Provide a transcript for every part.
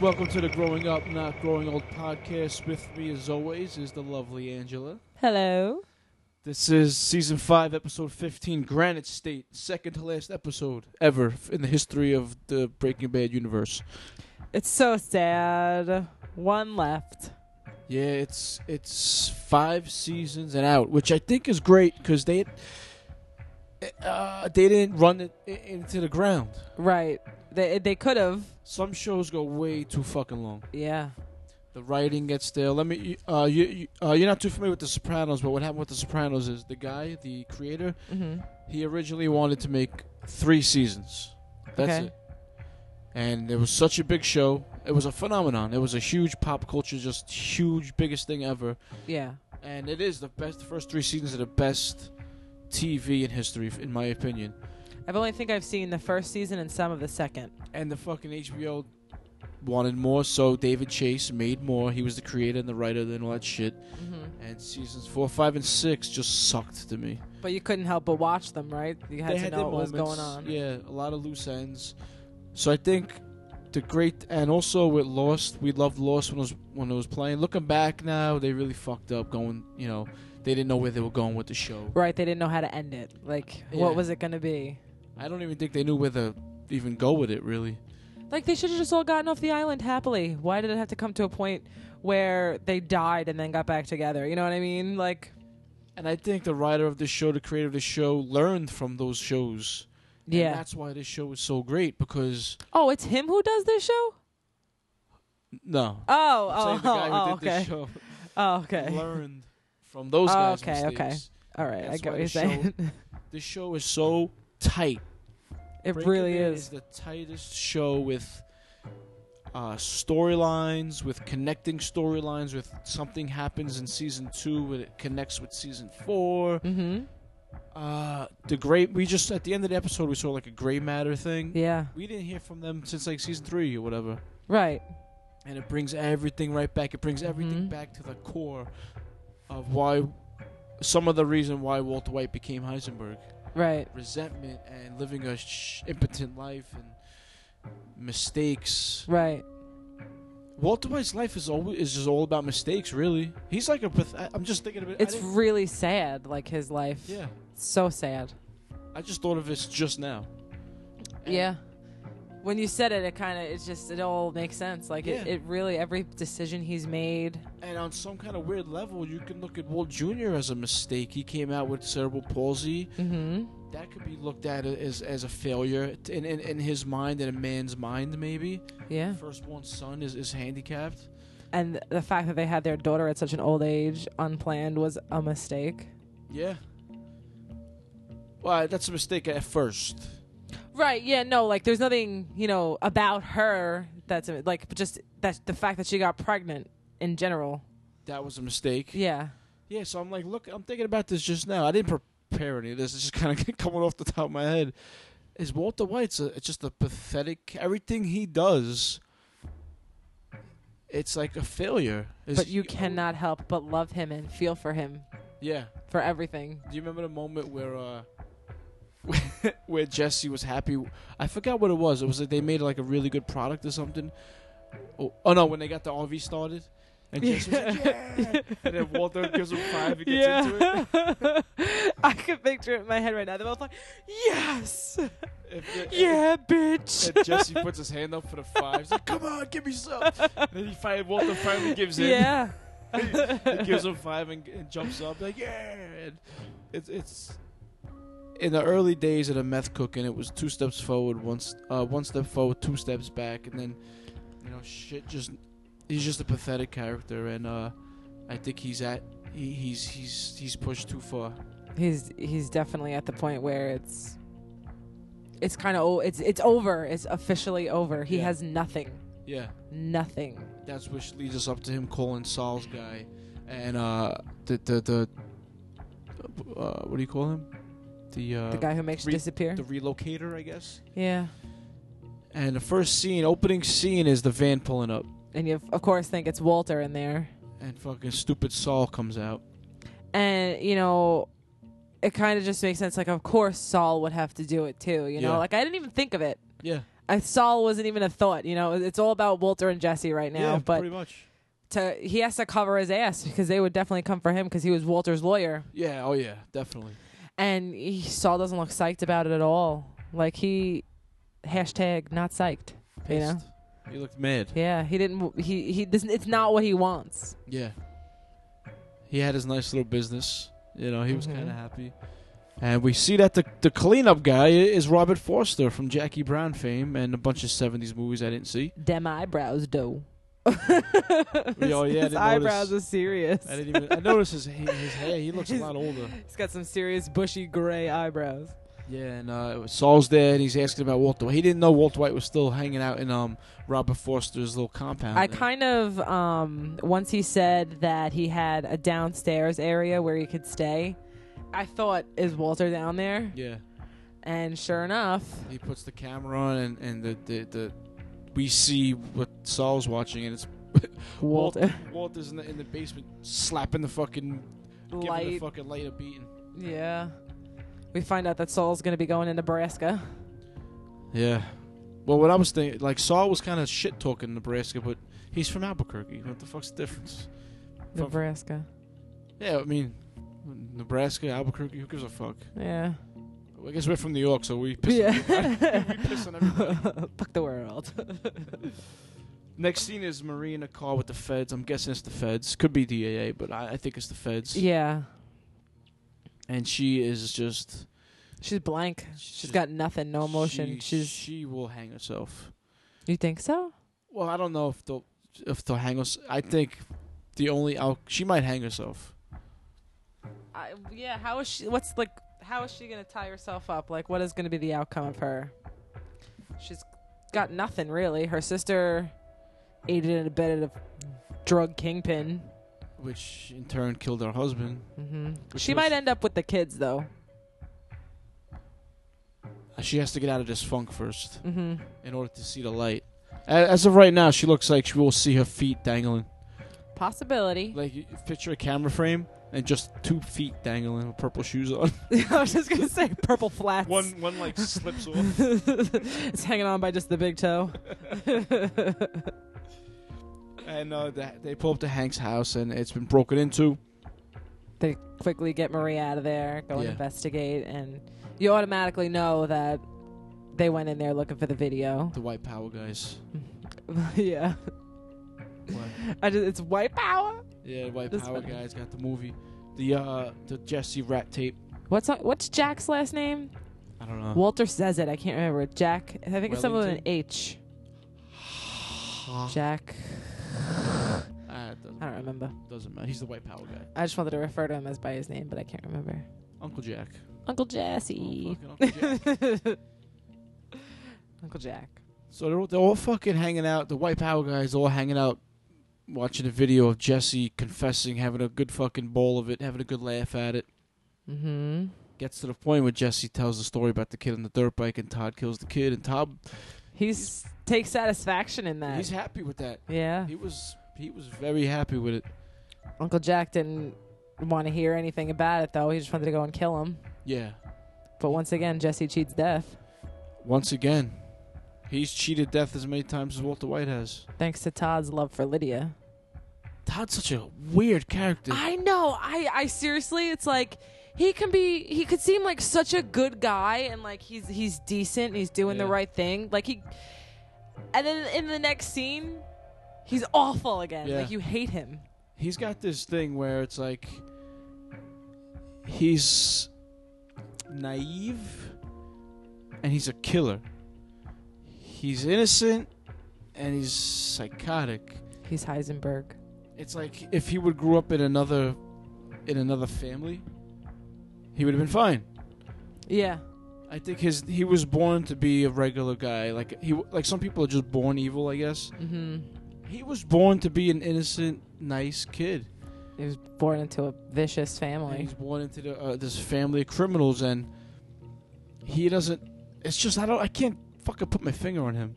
Welcome to the Growing Up, Not Growing Old podcast. With me, as always, is the lovely Angela. Hello. This is season 5, episode 15, Granite State, second to last episode ever f- in the history of the Breaking Bad universe. It's so sad. One left. Yeah, it's it's 5 seasons and out, which I think is great cuz they uh, they didn't run it i- into the ground. Right. They they could have. Some shows go way too fucking long. Yeah. The writing gets there. Let me. Uh, you, you uh, you're not too familiar with The Sopranos, but what happened with The Sopranos is the guy, the creator, Mm-hmm. he originally wanted to make three seasons. That's Okay. it. And it was such a big show. It was a phenomenon. It was a huge pop culture, just huge, biggest thing ever. Yeah. And it is the best. The first three seasons are the best TV in history, f- in my opinion. I've only think I've seen the first season and some of the second. And the fucking HBO wanted more, so David Chase made more. He was the creator and the writer and all that shit. Mm-hmm. And seasons four, five, and six just sucked to me. But you couldn't help but watch them, right? You had They to had know their what was going moments, on. Yeah, a lot of loose ends. So I think the great and also with Lost, we loved Lost when it was when it was playing. Looking back now, they really fucked up. Going, you know, they didn't know where they were going with the show. Right. They didn't know how to end it. Like, Yeah. what was it going to be? I don't even think they knew where to even go with it. Really, Like, they should have just all gotten off the island happily. Why did it have to come to a point where they died and then got back together? You know what I mean? Like, and I think the writer of the show, the creator of the show, learned from those shows. And yeah. that's why this show is so great because oh, it's him who does this show. no, Oh, I'm oh, saying the oh, guy who oh, did this okay. show Oh, okay. learned from those Oh, guys. okay, okay. mistakes. All right, I That's get why what you're the show saying. This show is so tight. it Breaking really Bad is. the tightest show with uh, storylines, with connecting storylines, with something happens in season two, when it connects with season four. Mm-hmm. Uh, the gray. We just at the end of the episode, we saw like a gray matter thing. Yeah. We didn't hear from them since like season three or whatever, Right. and it brings everything right back. It brings everything Mhm. back to the core of why some of the reason why Walter White became Heisenberg Right. resentment and living a sh- impotent life and mistakes. Right. Walter White's life is always is just all about mistakes, really. He's like a path- I- I'm just thinking of it. I It's didn't- really sad. Like his life. yeah. So sad. I just thought of this just now. And yeah. When you said it, it kind of it just it all makes sense. Like it, Yeah. it really every decision he's made. And on some kind of weird level, you can look at Walt Jr. as a mistake. He came out with cerebral palsy. Mm-hmm. That could be looked at as as a failure t- in in, in his mind, in a man's mind, maybe. Yeah. Firstborn son is, is handicapped. And the fact that they had their daughter at such an old age, unplanned, was a mistake. Yeah. Well, that's a mistake at first. Right. Yeah. No. Like, there's nothing you know about her that's like but just that the fact that she got pregnant in general. That was a mistake. Yeah. Yeah. so I'm like, look, I'm thinking about this just now. I didn't prepare any of this. It's just kind of coming off the top of my head. Is Walter White's a, it's just a pathetic. Everything he does, it's like a failure. It's- but you cannot help but love him and feel for him Yeah. for everything. Do you remember the moment where uh, where Jesse was happy? I forgot what it was. It was like they made like a really good product or something. Oh, oh no, when they got the RV started, and Jesse was like, yeah! and then Walter gives him five and gets into it. I could picture it in my head right now. They're both like, yes, If the- yeah, bitch. And Jesse puts his hand up for the five. He's like, "Come on, give me some." And then he finally Walter finally gives in. Yeah. he gives him five and, and jumps up like, "Yeah!" And it's it's in the early days of the meth cooking, it was two steps forward, one s- uh, one step forward, two steps back, and then you know shit just he's just a pathetic character, and uh, I think he's at he, he's he's he's pushed too far. he's he's definitely at the point where it's it's kind of o- it's it's over. It's officially over. He Yeah. has nothing, Yeah. nothing. That's which leads us up to him calling Saul's guy, and uh, the the the uh, what do you call him? The uh, the guy who makes re- you disappear. the relocator, I guess. yeah. And the first scene, opening scene, is the van pulling up, And you of course think it's Walter in there. and fucking stupid Saul comes out. and you know it kind of just makes sense like of course saul would have to do it too you know Yeah. like i didn't even think of it Yeah, I, Saul wasn't even a thought. You know, it's all about Walter and Jesse right now. yeah, but pretty much. to, he has to cover his ass because they would definitely come for him because he was Walter's lawyer. Yeah. Oh yeah. Definitely. And he, Saul doesn't look psyched about it at all. Like he, hashtag not psyched. You know? Pissed. He looked mad. Yeah, he didn't. He he doesn't. It's not what he wants. Yeah. He had his nice little business. You know, he was Mhm. kind of happy. And we see that the the cleanup guy i- is Robert Forster from Jackie Brown fame and a bunch of 70s movies I didn't see. Them eyebrows, though. yeah, I his didn't eyebrows notice. are serious. I didn't even I noticed his ha- his hair. He looks a lot older. He's got some serious bushy gray eyebrows. Yeah, and uh, Saul's there, and he's asking about Walter. He didn't know Walter White was still hanging out in um Robert Forster's little compound. I there. kind of um once he said that he had a downstairs area where he could stay. I thought is Walter down there, yeah. and sure enough, He puts the camera on, and and the the, the we see what Saul's watching, and it's Walter, Walter's in the in the basement slapping the fucking giving the light. fucking light a beating. yeah, we find out that Saul's gonna be going to Nebraska. Yeah. Well, what I was thinking, like Saul was kind of shit talking Nebraska, but he's from Albuquerque. What the fuck's the difference? From- Nebraska, Yeah, I mean, Nebraska, Albuquerque, who gives a fuck? yeah, I guess we're from New York, so we piss. yeah. we piss on everybody. Fuck the world. Next scene is Marie in a car with the feds. I'm guessing it's the feds. Could be DAA, but I, I think it's the feds. yeah, And she is just. she's blank. She's She's got nothing, no emotion. She, she's. she will hang herself. you think so? Well, I don't know if they'll if they'll hang us. I think the only out she might hang herself. I, yeah. How is she? What's like? How is she gonna tie herself up? Like, what is gonna be the outcome of her? She's got nothing really. Her sister aided and abetted a drug kingpin. which in turn killed her husband. hmm Which She was- might end up with the kids though. uh, She has to get out of this funk first hmm in order to see the light. A- As of right now, she looks like she will see her feet dangling. Possibility. Like you picture a camera frame and just two feet dangling with purple shoes on. I was just gonna say purple flats. one like slips off. it's hanging on by just the big toe. And uh, they, they pull up to Hank's house and it's been broken into. they quickly get Marie out of there, go and Yeah. investigate, and you automatically know that they went in there looking for the video. The white power guys. yeah, I just, it's white power. Yeah, the white That's power funny. guys got the movie. The uh the Jesse rat tape. What's what's Jack's last name? I don't know. Walter says it. I can't remember. Jack. I think it's something with an Wellington? H. Jack. Ah, it doesn't, I don't remember. doesn't matter. He's the white power guy. I just wanted to refer to him as by his name, but I can't remember. Uncle Jack. Uncle Oh, Jesse. fucking Uncle Jack. Uncle Jack. So they're, all- they're all fucking hanging out. The white power guys all hanging out, watching a video of Jesse confessing, having a good fucking bowl of it, having a good laugh at it. Mm-hmm. Gets to the point where Jesse tells the story about the kid on the dirt bike, and Todd kills the kid, and Todd He's takes satisfaction in that. he's happy with that. yeah. He was he was very happy with it. Uncle Jack didn't want to hear anything about it, though. He just wanted to go and kill him. Yeah. But once again, Jesse cheats death Once again, he's cheated death as many times as Walter White has. thanks to Todd's love for Lydia. Todd's such a weird character. I know. I, I seriously, it's like he can be. He could seem like such a good guy, and like he's he's decent, and he's doing the Yeah. right thing. Like he, and then in the next scene, he's awful again. Yeah. Like you hate him. he's got this thing where it's like he's naive and he's a killer. He's innocent and he's psychotic. He's Heisenberg. It's like if he would grew up in another in another family, he would have been fine. Yeah. I think his he was born to be a regular guy. Like he like some people are just born evil, I guess. Mm-hmm. He was born to be an innocent, nice kid. He was born into a vicious And family. he's born into the, uh, this family of criminals, and he doesn't. It's just I don't. I can't fucking put my finger on him.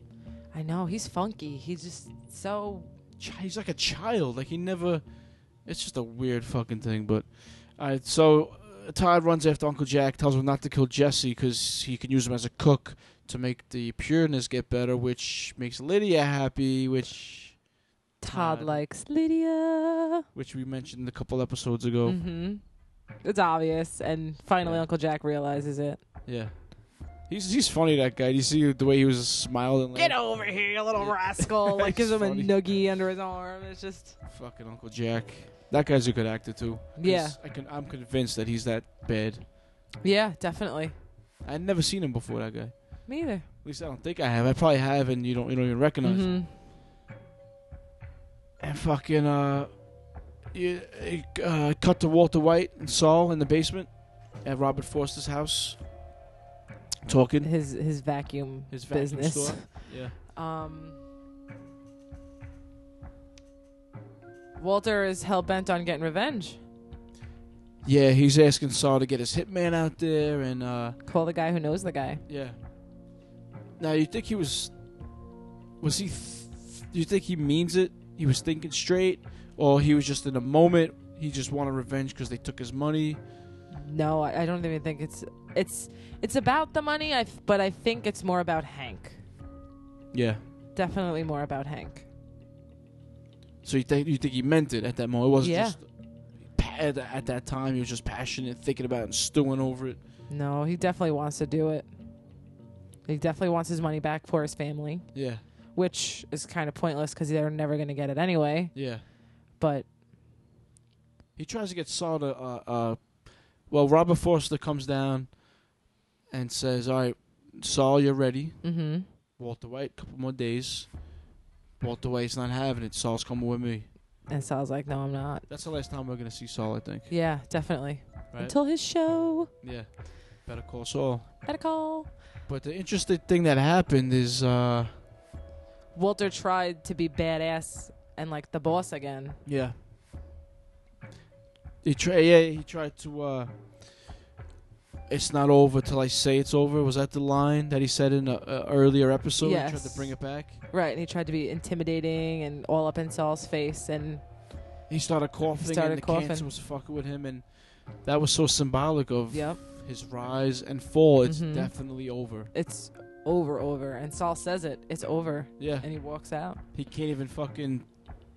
I know. He's funky. He's just so Ch- He's like a child. Like he never. It's just a weird fucking thing. But, all right. So uh, Todd runs after Uncle Jack, tells him not to kill Jesse because he can use him as a cook to make the pureness get better, which makes Lydia happy, which Todd Todd. likes Lydia. which we mentioned a couple episodes ago. Mm-hmm. It's obvious, and finally Yeah. Uncle Jack realizes it. Yeah, he's he's funny that guy. You see the way he was smiling. Like, over here, you little Yeah. rascal! Like gives It's him a funny. noogie under his arm. It's just Fucking Uncle Jack. That guy's a good actor too. 'Cause Yeah. I can. I'm convinced that he's that bad. yeah, definitely. I'd never seen him before. That guy. At Me either. least I don't think I have. I probably have, and you don't. You don't even recognize. him. Mhm. And fucking uh, you uh, cut to Walter White and Saul in the basement at Robert Forster's house, talking His his vacuum his vacuum business. store. Yeah. Um, Walter is hell bent on getting revenge. Yeah, he's asking Saul to get his hitman out there, and uh, Call the guy who knows the guy. yeah. Now you think he was, was he? Th- you think he means it? He was thinking straight, or he was just in a moment. He just wanted revenge because they took his money. No, I, I don't even think it's it's it's about the money. I th- but I think it's more about Hank. Yeah. Definitely more about Hank. So you think you think he meant it at that moment? It wasn't Yeah. just pa- at that- at that time. He was just passionate, thinking about it and stewing over it. No, he definitely wants to do it. He definitely wants his money back for his family, Yeah. which is kind of pointless because they're never going to get it anyway. Yeah. But He tries to get Saul to. Uh, uh, well, Robert Forster comes down and says, "All right, Saul, you're ready." mm-hmm. Walter White, couple more days. Walter White's not having it. Saul's coming with me. and Sal's like, "No, I'm not." That's the last time we're gonna see Saul, I think. Yeah, definitely. Right? Until his show yeah. Better call Saul. at a call. But the interesting thing that happened is, uh, Walter tried to be badass and like the boss again. yeah. He tried. Yeah, he tried to. Uh, it's not over till I say it's over. Was that the line that he said in a, a earlier episode? He tried Yes. to bring it back. Right, and he tried to be intimidating and all up in Saul's face and He started coughing, started and the coughing. cancer was fucking with him, and that was so symbolic of yep, his rise and fall. It's Mhm. definitely over. it's over over and Saul says it, it's over Yeah, and he walks out. he can't even fucking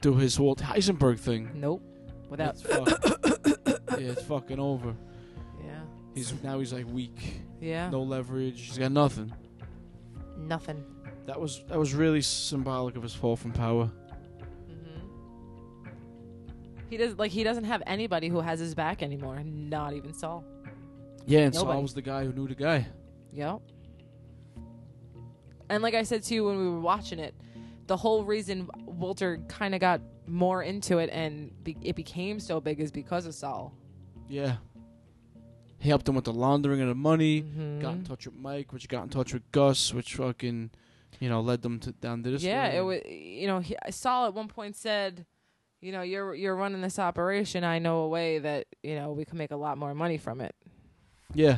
do his Walt Heisenberg thing. Nope. Without It's fuck- yeah, it's fucking over. yeah. He's now he's like weak, Yeah. no leverage. He's got nothing. Nothing. That was that was really symbolic of his fall from power. Mhm. He does like he doesn't have anybody who has his back anymore, not even Saul. Yeah, and Nobody. Saul was the guy who knew the guy. Yep. And like I said to you when we were watching it, the whole reason Walter kind of got more into it and be- it became so big is because of Saul. Yeah, he helped him with the laundering of the money. Mm-hmm. Got in touch with Mike, which got in touch with Gus, which fucking, you know, led them to down to this. yeah, road. it was. You know, he, Saul at one point said, "You know, you're you're running this operation. I know a way that you know we can make a lot more money from it." Yeah.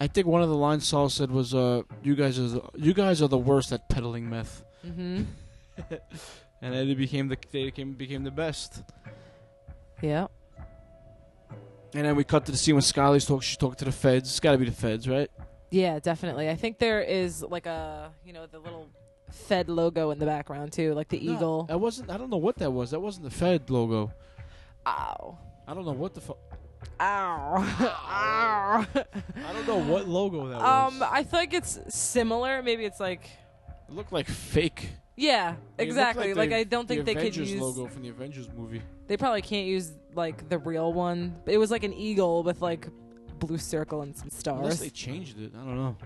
I think one of the lines Saul said was, "Uh, you guys are the, you guys are the worst at peddling meth," Mm-hmm. and then they became the they became, became the best. yeah. And then we cut to the scene when Scully's talking. She's talking to the feds. It's got to be the feds, right? Yeah, definitely. I think there is like a you know the little Fed logo in the background too, like the eagle. That wasn't. I don't know what that was. That wasn't the Fed logo. Ow. I don't know what the fuck. Ow. Ow. I don't know what logo that was. um, I think it's similar. Maybe it's like, it looked like fake. yeah, I mean, it looked exactly. the- Like, I don't think the they could Avengers use. logo from the Avengers movie. They probably can't use like the real one. It was like an eagle with like blue circle and some Unless stars. they changed it. I don't know.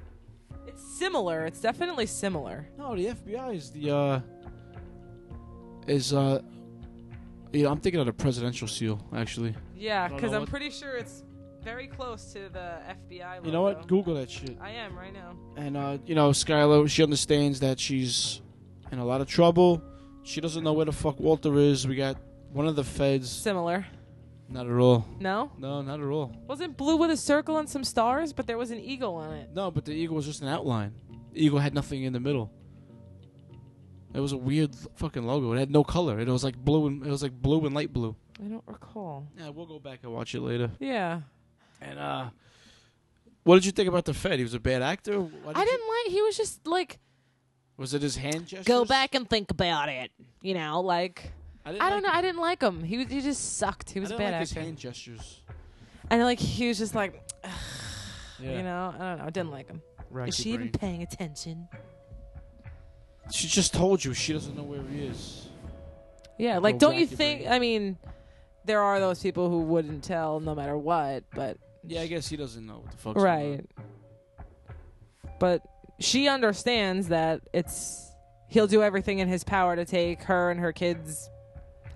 it's similar. It's definitely similar. No, the FBI is the uh is uh you know, I'm thinking of the presidential seal actually. Yeah, I don't because know I'm what- pretty sure it's very close to the FBI. Logo. You know what? Google that shit. I am right now. And uh you know, Skylar she understands that she's in a lot of trouble. She doesn't know where the fuck Walter is. We got one of the feds. Similar. Not at all. No? No, not at all. Wasn't blue with a circle and some stars, but there was an eagle on it. No, but the eagle was just an outline. The eagle had nothing in the middle. It was a weird fucking logo. It had no color. It was like blue and it was like blue and light blue. I don't recall. Yeah, we'll go back and watch it later. Yeah. And uh, what did you think about the Fed? He was a bad actor. Why I did you- didn't like. He was just like was it his hand gestures? go back and think about it. You know, like didn't I don't know. like- I didn't like him. He was. He just sucked. He was I a didn't bad like actor. His hand gestures. And like he was just like, Yeah. you know, I don't know. I didn't like him. Racky Is she even brain. paying attention? She just told you she doesn't know where he is. Yeah, like don't you wacky think? brain. I mean, there are those people who wouldn't tell no matter what, but Yeah, I guess he doesn't know what the fuck's right. But she understands that it's he'll do everything in his power to take her and her kids,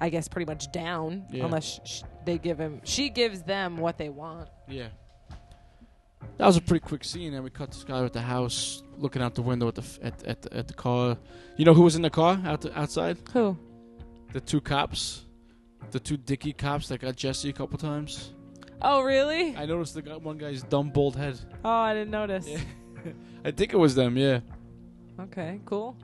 I guess, pretty much down Yeah. unless sh- sh- they give him. She gives them what they want. Yeah. That was a pretty quick scene, and we cut this guy at the house, looking out the window at the f- at at the, at the car. You know who was in the car out the, outside? Who? The two cops, the two dicky cops that got Jesse a couple times. Oh, really? I noticed the guy, one guy's dumb bald head. oh, I didn't notice. Yeah. I think it was them. Yeah. Okay, cool.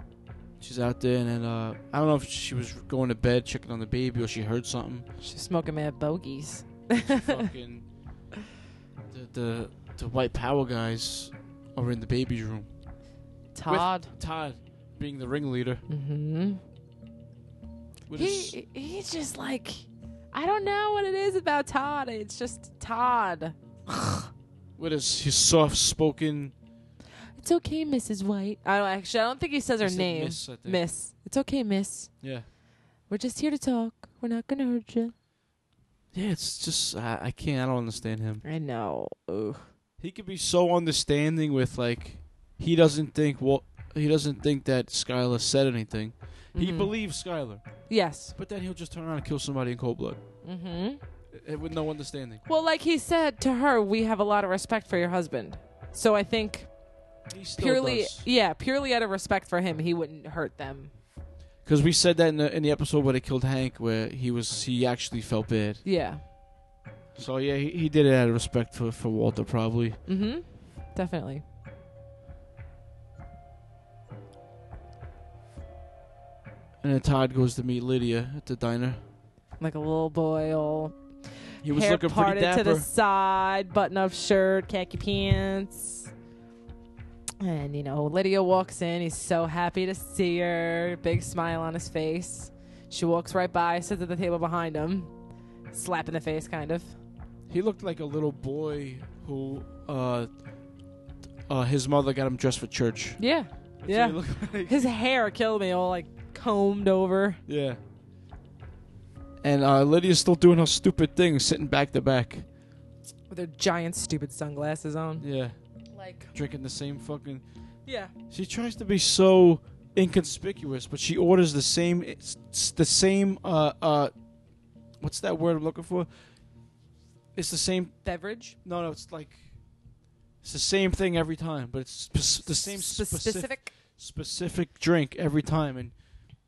She's out there, and then, uh, I don't know if she was going to bed, checking on the baby, or she heard something. She's smoking mad bogeys. Fucking the the the white power guys are in the baby's room. Todd. Todd being the ringleader. mm-hmm. With his- He he's just like I don't know what it is about Todd. It's just Todd. with his, his soft spoken It's okay, Mrs. White. I don't actually I don't think he says her name. Miss. Miss, I think. It's okay, miss. Yeah. We're just here to talk. We're not gonna hurt you. Yeah, it's just I, I can't I don't understand him. I know. Ugh. He could be so understanding with like he doesn't think well he doesn't think that Skylar said anything. He Mhm. believes Skylar. Yes. But then he'll just turn around and kill somebody in cold blood. Mm-hmm. Eh, With no understanding. Well, like he said to her, we have a lot of respect for your husband. So I think He still purely does. yeah, purely out of respect for him, he wouldn't hurt them. Because we said that in the in the episode where they killed Hank, where he was he actually felt bad. Yeah. So yeah, he, he did it out of respect for, for Walter probably. Mm-hmm. Definitely. And then Todd goes to meet Lydia at the diner. Like a little boy all He was hair looking pretty parted dapper. to the side, button-up shirt, khaki pants. And you know, Lydia walks in. He's so happy to see her. Big smile on his face. She walks right by, sits at the table behind him, slap in the face, kind of. He looked like a little boy who, uh, uh, his mother got him dressed for church. Yeah, That's yeah. what he looked like. His hair killed me, all like combed over. yeah. And uh, Lydia's still doing her stupid thing, sitting back to back. With her giant, stupid sunglasses on. Yeah, Like, drinking the same fucking. yeah. She tries to be so inconspicuous, but she orders the same. It's it's the same. Uh, uh, what's that word I'm looking for? It's the same. Beverage. No, no, it's like. It's the same thing every time, but it's spec- the same specific specific. specific drink every time, and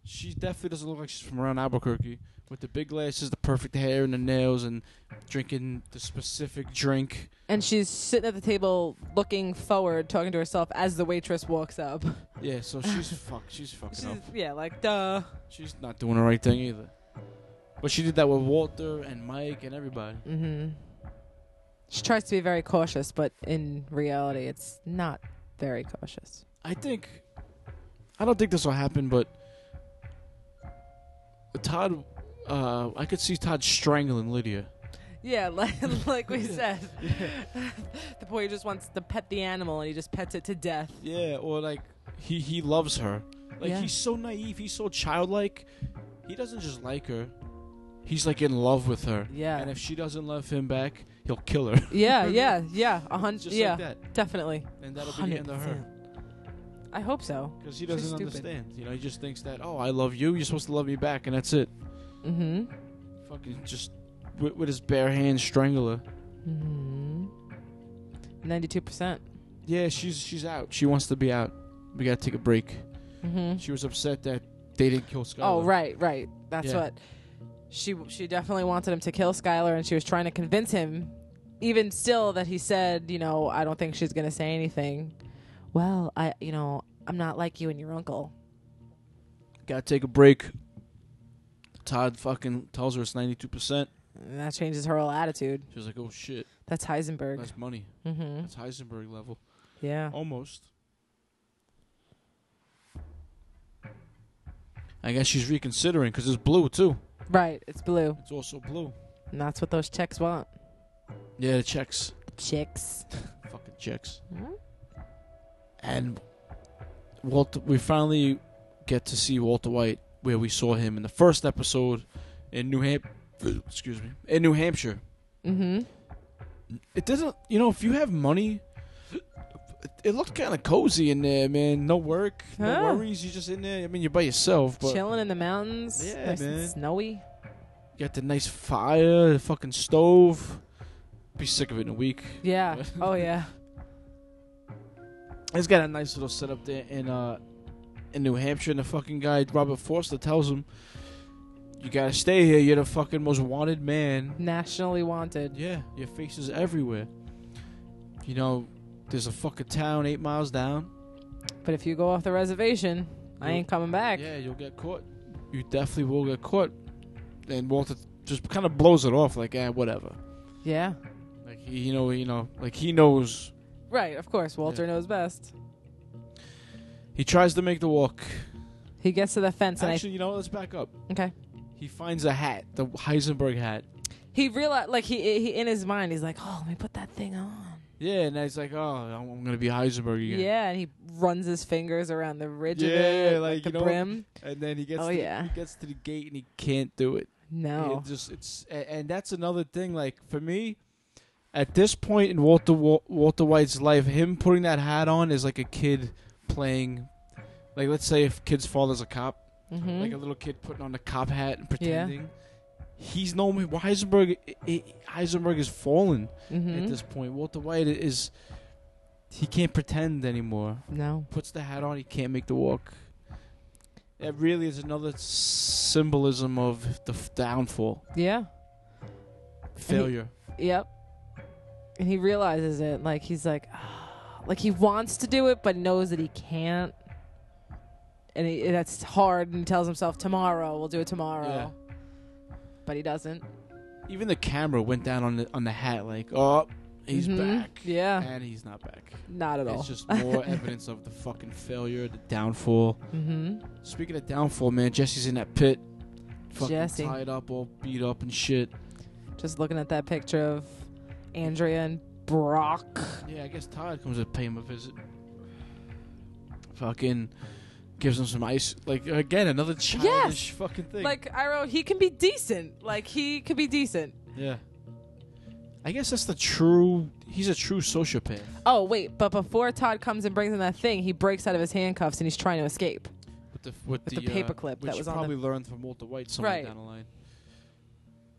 she definitely doesn't look like she's from around Albuquerque. With the big glasses, the perfect hair, and the nails, and drinking the specific drink. And she's sitting at the table, looking forward, talking to herself as the waitress walks up. Yeah, so she's fuck. She's fucking She's, up. yeah, like duh. She's not doing the right thing either. But she did that with Walter and Mike and everybody. Mm-hmm. She tries to be very cautious, but in reality, it's not very cautious. I think. I don't think this will happen, but Todd. Uh, I could see Todd strangling Lydia. Yeah, like like we said, the boy just wants to pet the animal, and he just pets it to death. Yeah, or like he he loves her. Like Yeah. he's so naive, he's so childlike. He doesn't just like her. He's like in love with her. Yeah, And if she doesn't love him back, he'll kill her. yeah, yeah, yeah. A hundred. just Yeah, like that. definitely. And that'll be the end of her 100%. I hope so. cuz he She's doesn't stupid. understand. You know, he just thinks that, "Oh, I love you. You're supposed to love me back." And that's it. Mm-hmm. Fucking just with, with his bare hand strangle her. Mm-hmm. Ninety-two percent. Yeah, she's she's out. She wants to be out. We got to take a break. Mm-hmm. She was upset that they didn't kill Skylar. Oh right, right. That's Yeah. what she she definitely wanted him to kill Skylar, and she was trying to convince him. Even still, that he said, you know, I don't think she's gonna say anything. Well, I, you know, I'm not like you and your uncle. Gotta take a break. Todd fucking tells her it's 92%. And that changes her whole attitude. She was like, "Oh shit, That's Heisenberg. that's money. Mm-hmm. That's Oh. Heisenberg level, Yeah. almost." I guess she's reconsidering because it's blue too. Right. It's blue. It's also blue. And that's what those checks want. Yeah, the checks. Chicks. Fucking checks. Mhm. And Walter, we finally get to see Walter White where we saw him in the first episode in New Hampshire. Excuse me, in New Hampshire. Mm-hmm. It doesn't, you know, if you have money, it, it looked kind of cozy in there, man. No work, Huh. no worries. You're just in there. I mean, you're by yourself, but Chilling in the mountains. Yeah, nice man. And snowy. you got the nice fire, the fucking stove. Be sick of it in a week. Yeah. oh yeah. He's got a nice little setup there in uh in New Hampshire, and the fucking guy Robert Forster tells him, "You gotta stay here. You're the fucking most wanted man. Nationally wanted. Yeah, your face is everywhere. You know, there's a fucking town eight miles down. But if you go off the reservation, I You- ain't coming back. Yeah, you'll get caught. You definitely will get caught." And Walter just kind of blows it off, like, "Eh, whatever." Yeah. Like he, you know, you know, like he knows. Right. Of course. Walter Yeah. knows best. He tries to make the walk. He gets to the fence and Actually, you know, let's back up. I. Okay. He finds a hat, the Heisenberg hat. He realized, like he, he in his mind, he's like, "Oh, let me put that thing on." Yeah, and he's like, "Oh, I'm I'm gonna be Heisenberg Yeah, again." and he runs his fingers around the ridge of Yeah, it, like, like, the you know- brim. And then he gets Oh, to, yeah. he gets to the gate and he can't do it. No, It just it's a- and that's another thing. Like for me, at this point in Walter Wa- Walter White's life, him putting that hat on is like a kid playing. Like let's say if kid's father's a cop, hmm like a little kid putting on a cop hat and pretending. He's no more- Heisenberg. i- i- Heisenberg is fallen hmm at this point. Walter White is he can't pretend anymore. no, puts the hat on, he can't make the walk. It really is another symbolism of the f- downfall, yeah, failure. yep. And he realizes it. Like he's like, ah, like he wants to do it, but knows that he can't. And he, that's hard. And he tells himself, "Tomorrow, we'll do it tomorrow." But he doesn't. Even the camera went down on the on the hat, like, oh, he's Mhm. back. Yeah. and he's not back. Not at all. It's just more evidence of the fucking failure, the downfall. hmm Speaking of downfall, man, Jesse's in that pit, fucking Jesse. tied up, all beat up and shit. Just looking at that picture of Andrea and Brock. Yeah, I guess Todd comes to pay him a visit. Fucking gives him some ice. Like again, another childish fucking thing. Like I wrote, he can be decent. Like he could be decent. Yeah. I guess that's the true. He's a true sociopath. Oh wait, but before Todd comes and brings in that thing, he breaks out of his handcuffs and he's trying to escape. With the with, the paperclip that which was you on the- probably learned from Walter White somewhere Right. down the line.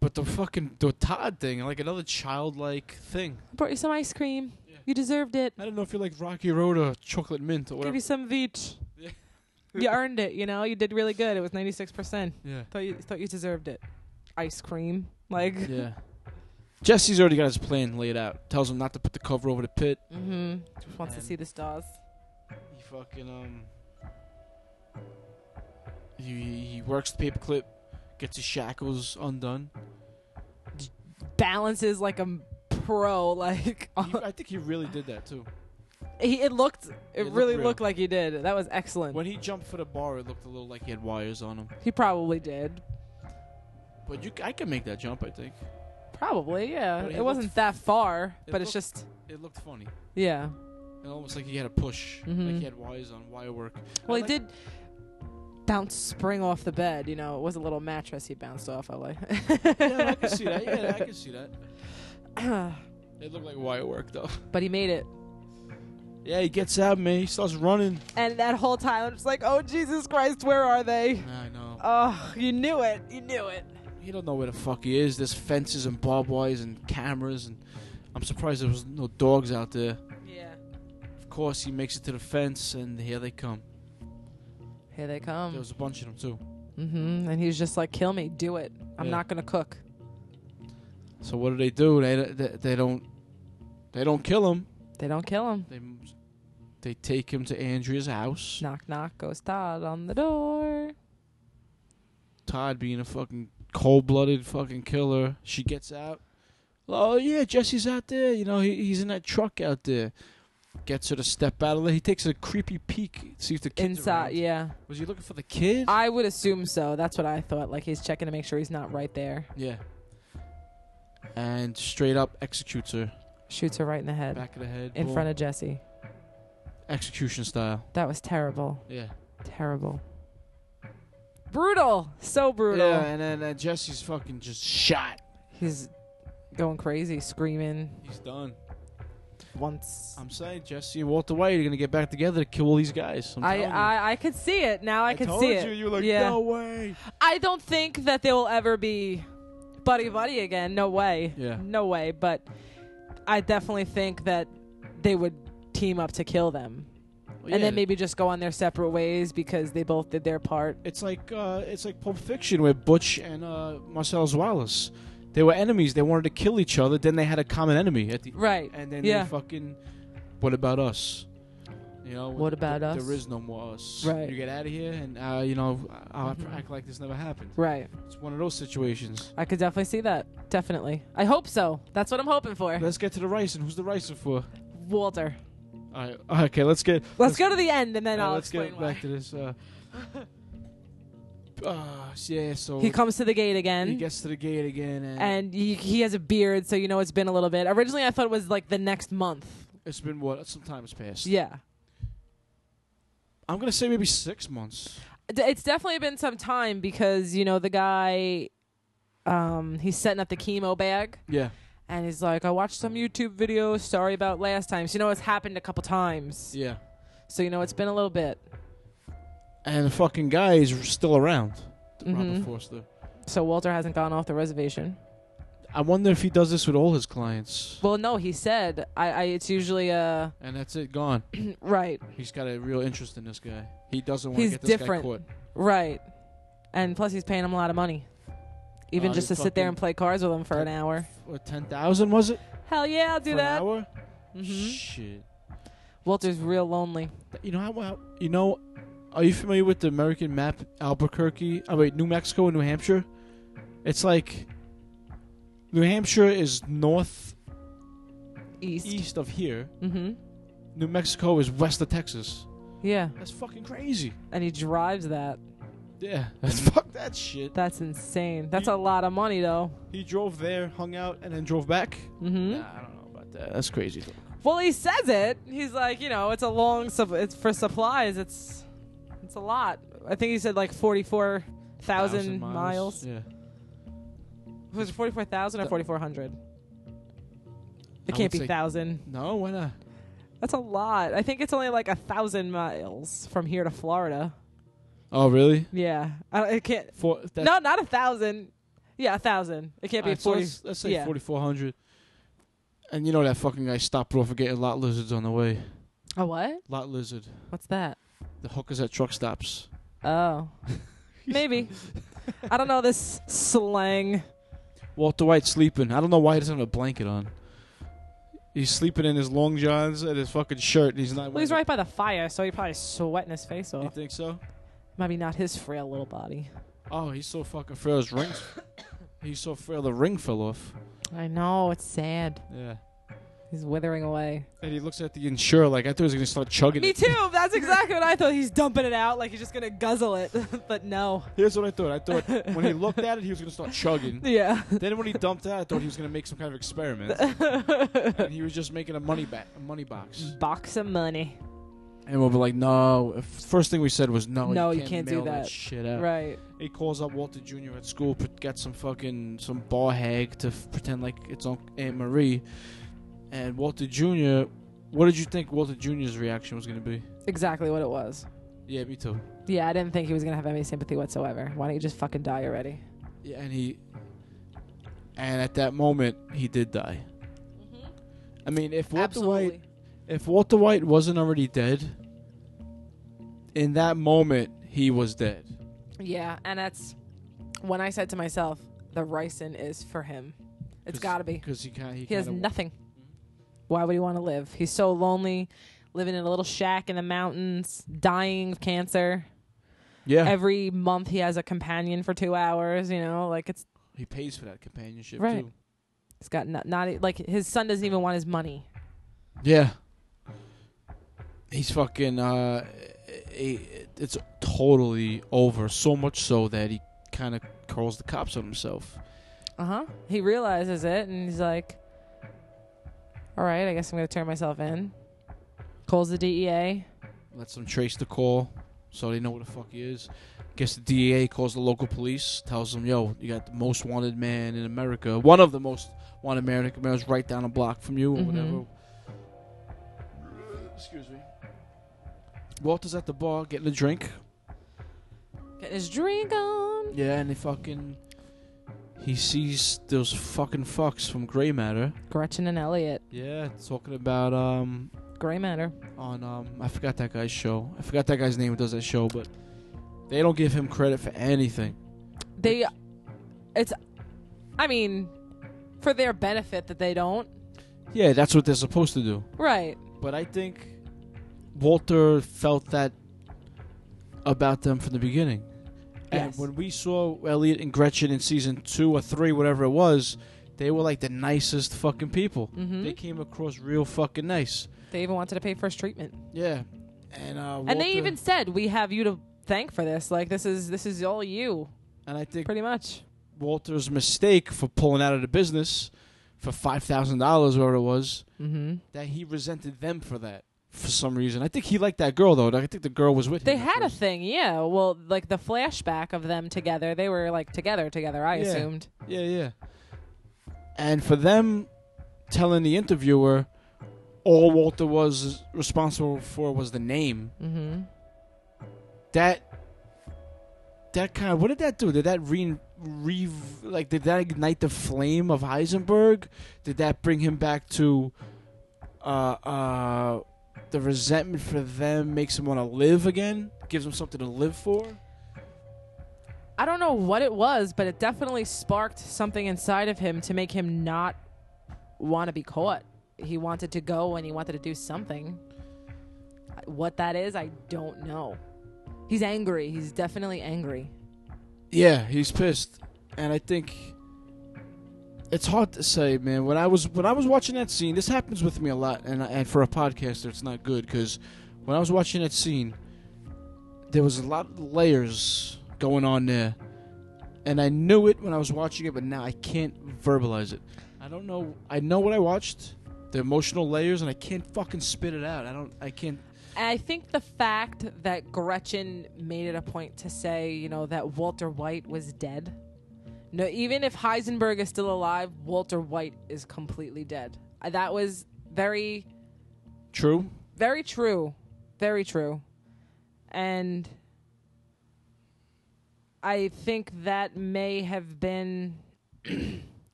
But the fucking the Todd thing, like another childlike thing. I brought you some ice cream. Yeah. You deserved it. I don't know if you like Rocky Road or Chocolate Mint or Give whatever. you some of each. Yeah. you earned it. You know, you did really good. It was ninety six percent. Yeah, Thought you thought you deserved it. Ice cream, like. yeah. Jesse's already got his plan laid out. Tells him not to put the cover over the pit. Mm-hmm. Just wants And- to see the stars. He fucking um. He he works the paperclip, gets his shackles undone. Balances like a m- pro. Like He, I think he really did that too. he, it looked. It, It looked really real. looked like he did. That was excellent. When he jumped for the bar, it looked a little like he had wires on him. He probably did. But you, c- I can make that jump. I think Probably, yeah. But it It looked- wasn't that far, it but it's looked- just it looked funny. yeah. It almost like he had a push, like Mhm. he had wires on wire work. Well, I he did bounce spring off the bed. You know, it was a little mattress he bounced off of. Like, like- Yeah, I can see that. Yeah, I can see that. It looked like wire work though. but he made it, Yeah, he gets out, man. He starts running. and that whole time I'm just like, oh Jesus Christ, where are they? I know. Oh, you knew it, you knew it. He don't know where the fuck he is. There's fences and barbed wires and cameras, and I'm surprised there was no dogs out there. Yeah. Of course, he makes it to the fence, and here they come. Here they There come. was a bunch of them too. Mm-hmm. And he's just like, kill me, do it. I'm Yeah. not gonna cook. So what do they do? They they, they don't they don't kill him. They don't kill him. They they take him to Andrea's house. Knock knock goes Todd on the door. Todd being a fucking cold blooded fucking killer. She gets out. Oh yeah, Jesse's out there. You know, he, he's in that truck out there. Gets her to step out of there. He takes a creepy peek, see if the kid's Inside, around. yeah. Was he looking for the kid? I would assume so. That's what I thought. Like he's checking to make sure he's not right there. yeah. And straight up executes her Shoots her right in the head, back of the head, in front of Jesse. execution style. That was terrible. Yeah. Terrible. Brutal. So brutal. Yeah, and then uh, Jesse's fucking just shot. He's going crazy, screaming He's done. once. I'm saying Jesse and Walter White are gonna get back together to kill all these guys. I'm I, telling you. I I could see it now. I, could told see you, it. You were like, yeah. no way. I don't think that they will ever be buddy buddy again. No way. Yeah. No way. But I definitely think that they would team up to kill them, Well, and yeah, then maybe just go on their separate ways because they both did their part. it's like uh, it's like Pulp Fiction with Butch and uh, Marcellus Wallace. They were enemies. They wanted to kill each other. Then they had a common enemy at the Right. and then Yeah. they fucking. What about us? You know. What th- about us? There is no more us. Right. You get out of here, and uh, you know I'll have to Mhm. act like this never happened. Right. It's one of those situations. I could definitely see that. Definitely. I hope so. That's what I'm hoping for. Let's get to the ricin. Who's the ricin for? Walter. All right. Okay. Let's get. Let's go to the end and then Uh, I'll let's explain get why. back to this. Uh, uh, yeah, so He comes to the gate again. he gets to the gate again, and, and he, he has a beard, so you know it's been a little bit. Originally, I thought it was like the next month. it's been what? Some time has passed. Yeah, I'm gonna say maybe six months. D- it's definitely been some time because you know the guy, um, he's setting up the chemo bag, Yeah, and he's like, "I watched some YouTube videos. Sorry about last time." So you know it's happened a couple times. yeah. So you know it's been a little bit. And the fucking guy is still around. Robert Mhm. Forster. So Walter hasn't gone off the reservation. I wonder if he does this with all his clients. Well, no, he said, "I, I it's usually uh And that's it, gone. right, He's got a real interest in this guy. He doesn't want to He's get this different. guy caught. right," and plus he's paying him a lot of money, even Uh, just to he sit there fucking- and play cards with him for an Fuck. hour. What ten thousand was it? Hell yeah, I'll do For that. An hour? hmm Shit. Walter's real lonely. You know how- how? You know? Are you familiar with the American map? Albuquerque. Oh wait, New Mexico and New Hampshire. It's like New Hampshire is north East. east of here. Mm-hmm. New Mexico is west of Texas. Yeah, That's fucking crazy. and he drives that. Yeah. Fuck that shit. That's insane. That's You- a lot of money, though. He drove there, hung out, and then drove back. Mm-hmm. Nah, I don't know about that. That's crazy. Though. Well, he says it. He's like, you know, it's a long. Sub- it's for supplies. It's, it's a lot. I think he said like forty-four thousand miles. Yeah. It Was it forty-four thousand or Th- forty-four hundred? It I can't would be say- thousand. No, why not? That's a lot. I think it's only like a thousand miles from here to Florida. Oh, really? Yeah, I, it can't. For that, no, not a thousand. Yeah, a thousand. It can't be forty. let's, let's say yeah. 4,400. And you know that fucking guy stopped off for getting lot lizards on the way. A what? Lot lizard. What's that? The hookers at truck stops. Oh, maybe. I don't know this slang. Walter White's sleeping. I don't know why he doesn't have a blanket on. He's sleeping in his long johns and his fucking shirt, and he's not. Well, he's wearing right by the fire, so he probably sweating his face a- You off. think so? Maybe not his frail little body. Oh, he's so fucking frail. His rings. he's so frail. The ring fell off. I know it's sad. Yeah. He's withering away. And he looks at the insurer like I thought he was gonna start chugging Me it. too. That's exactly what I thought. He's dumping it out like he's just gonna guzzle it, but no. Here's what I thought. I thought when he looked at it, he was gonna start chugging. Yeah. then when he dumped it, out, I thought he was gonna make some kind of experiment. and he was just making a money back, a money box. Box of money. And we'll be like, no. F- First thing we said was no. No, you you can't, can't do mail that. shit out. Right. He calls up Walter Jr. at school, pr- gets some fucking some bar hag to f- pretend like it's Aunt Aunt Marie. And Walter Jr. What did you think Walter Jr.'s reaction was gonna be? Exactly what it was. Yeah, me too. Yeah, I didn't think he was gonna have any sympathy whatsoever. Why don't you just fucking die already? Yeah, and he. And at that moment, he did die. Mm-hmm. I mean, if Walter White, if Walter White wasn't already dead, in that moment he was dead. Yeah, and that's when I said to myself, the ricin is for him. It's got to be. because he kind he, He has kinda- Mm-hmm. nothing. Why would he want to live? He's so lonely, living in a little shack in the mountains, dying of cancer. Yeah. Every month he has a companion for two hours. You know, like it's he pays for that companionship Right. too. it's got not, not e, like his son doesn't even want his money. Yeah. He's fucking uh i- it's totally over so much so that he kind of calls the cops on himself. Uh huh. He realizes it and he's like, "All right, I guess I'm gonna turn myself in." Calls the E DEA. Lets them trace the call so they know where the fuck he is. Guess the DEA calls the local police, tells them, "Yo, you got the most wanted man in America. One of the most wanted man in America is right down a block from you or Mhm. whatever." Excuse me. Walter's at the bar getting a drink. Getting his drink on. Yeah, and they fucking. He sees those fucking fucks from Grey Matter. Gretchen and Elliot. Yeah, talking about um Gray matter. on um I forgot that guy's show. I forgot that guy's name who does that show, but they don't give him credit for anything. They, it's, I mean, for their benefit that they don't. Yeah, that's what they're supposed to do. Right. But I think Walter felt that about them from the beginning. And Yes. when we saw Elliot and Gretchen in season two or three, whatever it was, they were like the nicest fucking people. Mm-hmm. They They, came across real fucking nice. even wanted to pay for his treatment, Yeah, and uh, and they Walter- even said, "We have you to thank for this. Like this is this is all you, and I think pretty much." Walter's mistake for pulling out of the business for five thousand dollars, whatever it was, Mm-hmm. that he resented them for that for some reason. I think he liked that girl though. I think the girl was with They him. at had a first. thing, yeah. Well, like the flashback of them together, they were like together, together. I Yeah. assumed. yeah, yeah. And for them telling the interviewer all Walter was responsible for was the name. Mm-hmm. That that kind of what did that do? Did that re, re like did that ignite the flame of Heisenberg? Did that bring him back to uh uh the resentment for them makes him want to live again? Gives him something to live for? I don't know what it was, but it definitely sparked something inside of him to make him not want to be caught. He wanted to go and he wanted to do something. What that is, I don't know. He's angry. He's definitely angry. Yeah, he's pissed, and I think it's hard to say, man. When I was when I was watching that scene, this happens with me a lot, and I, and for a podcaster, it's not good because when I was watching that scene, there was a lot of layers going on there, and I knew it when I was watching it, but now I can't verbalize it. I don't know. I know what I watched, the emotional layers, and I can't fucking spit it out. I don't. I can't. And I think the fact that Gretchen made it a point to say, you know, that Walter White was dead. No, even if Heisenberg is still alive, Walter White is completely dead. Uh, That was very True. Very true. Very true. And I think that may have been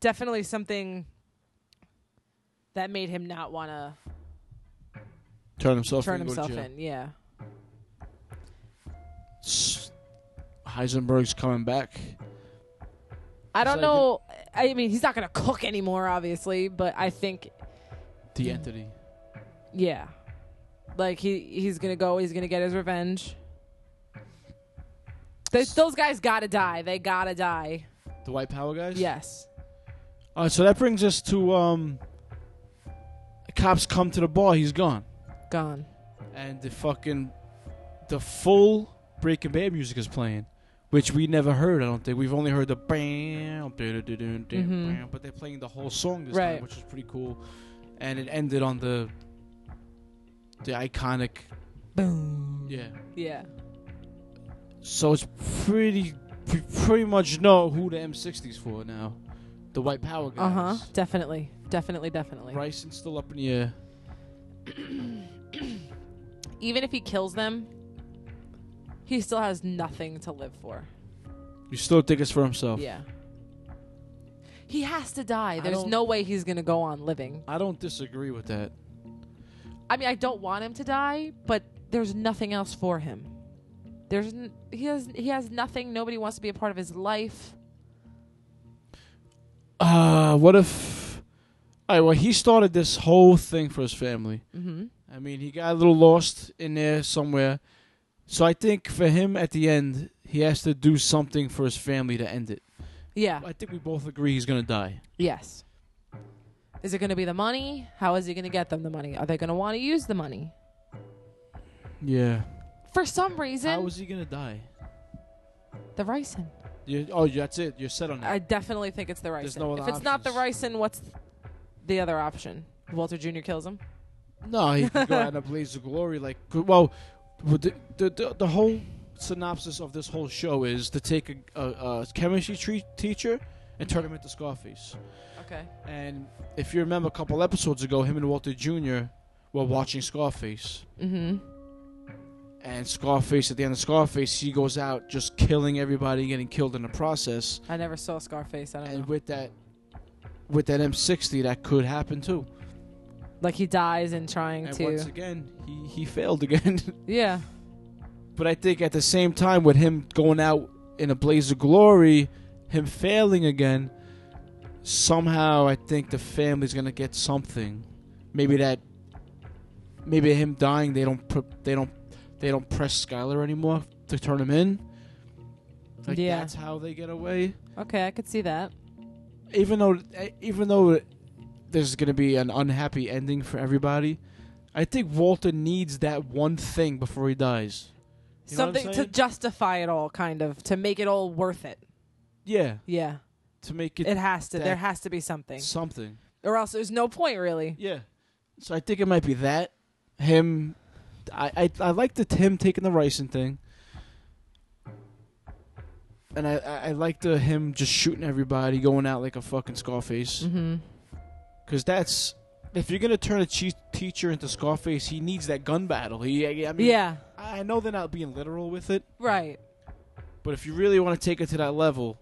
definitely something that made him not want to Turn himself. turn in, go to himself jail. in. Yeah. S- Heisenberg's coming back. I don't like know. I mean, he's not going to cook anymore, obviously, but I think, The entity. yeah. Like, he, he's going to go, he's going to get his revenge. Those, those guys got to die. They got to die. The white power guys? Yes. Alright, so that brings us to um cops come to the bar, he's gone. Gone. And the fucking the full Breaking Bad music is playing. Which we never heard, I don't think. We've only heard the bam, doo-doo-doo-doo, Mhm. bam, but they're playing the whole song this Right. time, which is pretty cool. And it ended on the the iconic Boom. yeah. Yeah. So it's pretty we pretty much know who the M60's for now. The white power guys. Uh huh. Definitely. Definitely. Definitely. Bryson's still up in the air. Even if he kills them, he still has nothing to live for. You still think it's for himself. Yeah. He has to die. There's don't- no way he's gonna go on living. I don't disagree with that. I mean, I don't want him to die, but there's nothing else for him. There's n- he has he has nothing. Nobody wants to be a part of his life. Uh, what if? All right. Well, he started this whole thing for his family. Mm-hmm. I mean, he got a little lost in there somewhere, So I think for him at the end, he has to do something for his family to end it. Yeah. I think we both agree he's gonna die. Yes. Is it going to be the money? How is he going to get them the money? Are they going to want to use the money? Yeah. For some reason, How is he gonna die? the ricin. You, oh, that's it. You're set on that. I definitely think it's the ricin. There's no if other it's not the options. ricin, what's the other option? Walter Jr. kills him. no, he could go out in a blaze of glory. Like, could- well, with the, the the the whole synopsis of this whole show is to take a, a, a chemistry tre- teacher and turn him into Scarface. Okay. And if you remember a couple episodes ago, him and Walter Jr. were watching Scarface. Mm-hmm. And Scarface, at the end of Scarface, he goes out just killing everybody, getting killed in the process. I never saw Scarface. I don't know. And with that, with that M60, that could happen too. Like he dies in trying And to. once again, he he failed again. yeah. but I think at the same time, with him going out in a blaze of glory, him failing again, somehow I think the family's gonna get something. Maybe that, maybe him dying, they don't pr- they don't they don't press Skylar anymore to turn him in. Like Yeah. that's how they get away. Okay, I could see that. Even though eh, even though there's gonna be an unhappy ending for everybody, I think Walter needs that one thing before he dies. You know what I'm Something to saying? justify it all, kind of, to make it all worth it. Yeah, Yeah. to make it It has to. that- There has to be something. something. Or else there's no point, really. Yeah. So I think it might be that him. I I, I like the him taking the ricin thing, and I I I like the him just shooting everybody, going out like a fucking Scarface. Mm-hmm. Because that's if you're gonna turn a che- teacher into Scarface, he needs that gun battle. He I mean yeah. I I know they're not being literal with it, Right. but if you really want to take it to that level,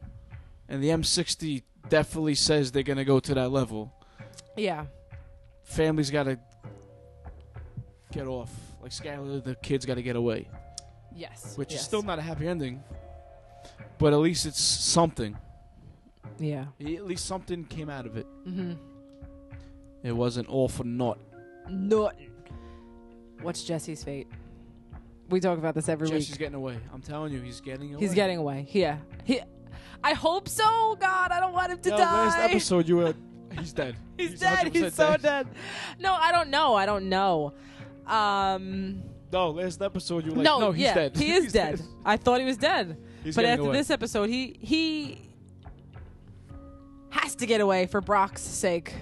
and the M60 definitely says they're gonna go to that level. Yeah. family's got to get off. Like Skylar, the kids got to get away, Yes. which Yes. is still not a happy ending. But at least it's something. Yeah. At least something came out of it. Mm-hmm. It wasn't all for naught. Norton. What's Jesse's fate? We talk about this every Jesse's week. getting away. I'm telling you, he's getting away. He's getting away. Yeah. He. I hope so. God, I don't want him to Yeah, die. Last episode, you were. He's dead. He's, dead. 100% He's so dead. No, I don't know. I don't know. Um, No, last episode you were like, no, no, he's yeah, dead. he is He's dead. I thought he was dead, He's but getting after away. this episode, he he has to get away for Brock's sake.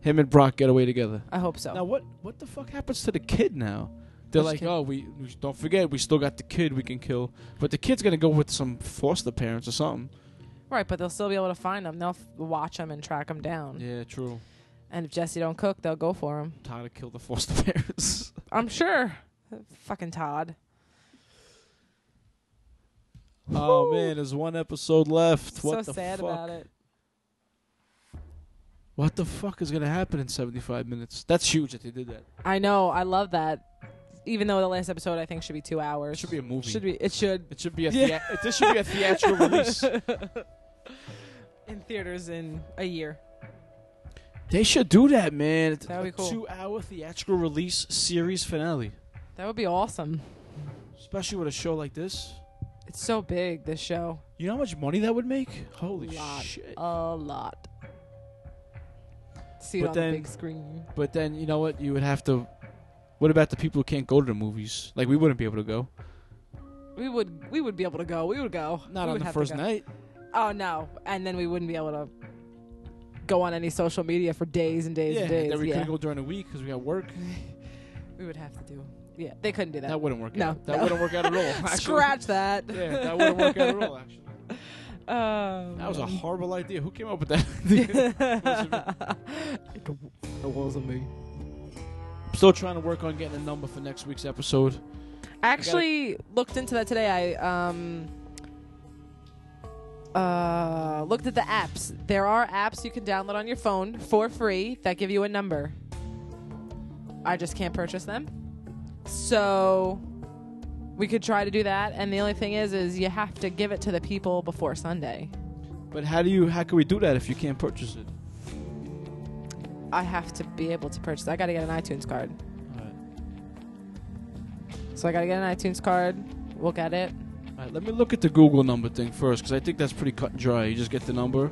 him and Brock get away together. I hope so. Now what? What the fuck happens to the kid now? Oh. They're Which like, kid? oh, we, we don't forget, we still got the kid we can kill, but the kid's gonna go with some foster parents or something. Right, but they'll still be able to find him. They'll f- watch him and track him down. Yeah, true. And if Jesse don't cook, they'll go for him. Tyler killed the foster parents. I'm sure. Fucking Todd. oh Whew. man, there's one episode left. What so the sad fuck? about it. What the fuck is gonna happen in 75 minutes? That's huge that they did that. I know. I love that. Even though the last episode I think should be two hours. It should be a movie. Should be. It should. It should be a Yeah. thea- this should be a theatrical release. in theaters in a year. They should do that, man. It's That'd be a cool. Two-hour theatrical release series finale, That would be awesome. especially with a show like this. It's so big. This show. You know how much money that would make? Holy Lot. shit. A lot. See it But on then- the big screen. But then you know what? You would have to. What about the people who can't go to the movies? Like we wouldn't be able to go. We would. We would be able to go. We would go. Not We on would the have to first go. night. Oh no! And then we wouldn't be able to go on any social media for days and days yeah, and days. then we yeah, couldn't go during the week because we got work. we would have to do. Yeah, they couldn't do that. That wouldn't work No, out. That no. wouldn't work out at all. actually. Scratch that. Yeah, that wouldn't work out at all. Actually, Um, that was a horrible idea. Who came up with that? it wasn't me. I'm still trying to work on getting a number for next week's episode. I actually looked into that today. I um uh looked at the apps. There are apps you can download on your phone for free that give you a number. I just can't purchase them. So we could try to do that and the only thing is is you have to give it to the people before Sunday. But how do you? How can we do that if you can't purchase it? I have to be able to purchase. I got to get an iTunes card. All right. So So I gotta get an iTunes card. We'll get it. All right, let me look at the Google number thing first because I think that's pretty cut and dry. You just get the number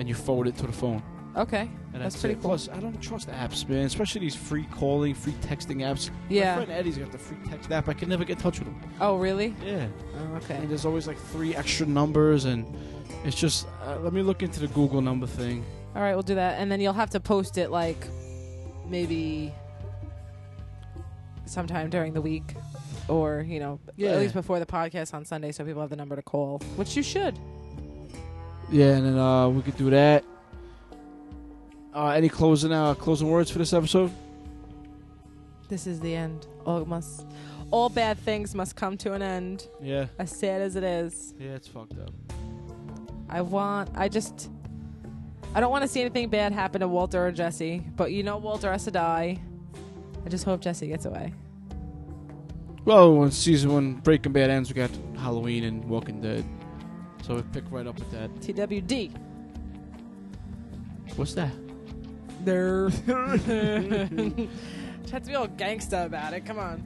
and you forward it to the phone. Okay. And That's pretty it. cool. Plus, I don't trust apps, man, especially these free calling, free texting apps. Yeah. My friend Eddie's got the free text app. I can never get in touch with him. Oh, really? Yeah. Oh, okay. And there's always like three extra numbers, and it's just. Uh, let me look into the Google number thing. All right, we'll do that, and then you'll have to post it like maybe sometime during the week, or you know, Yeah. at least before the podcast on Sunday, so people have the number to call, which you should. Yeah, and then uh, we could do that. Uh, any closing uh, closing words for this episode? This is the end. All must, all bad things must come to an end. Yeah. As sad as it is, Yeah, it's fucked up. I want. I just. I don't want to see anything bad happen to Walter or Jesse, but you know Walter has to die. I just hope Jesse gets away. Well, when season one Breaking Bad ends, we got Halloween and Walking Dead. So we pick right up with that. TWD. What's that? There. Had to be all gangsta about it. Come on.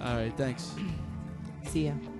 All right, thanks. See ya.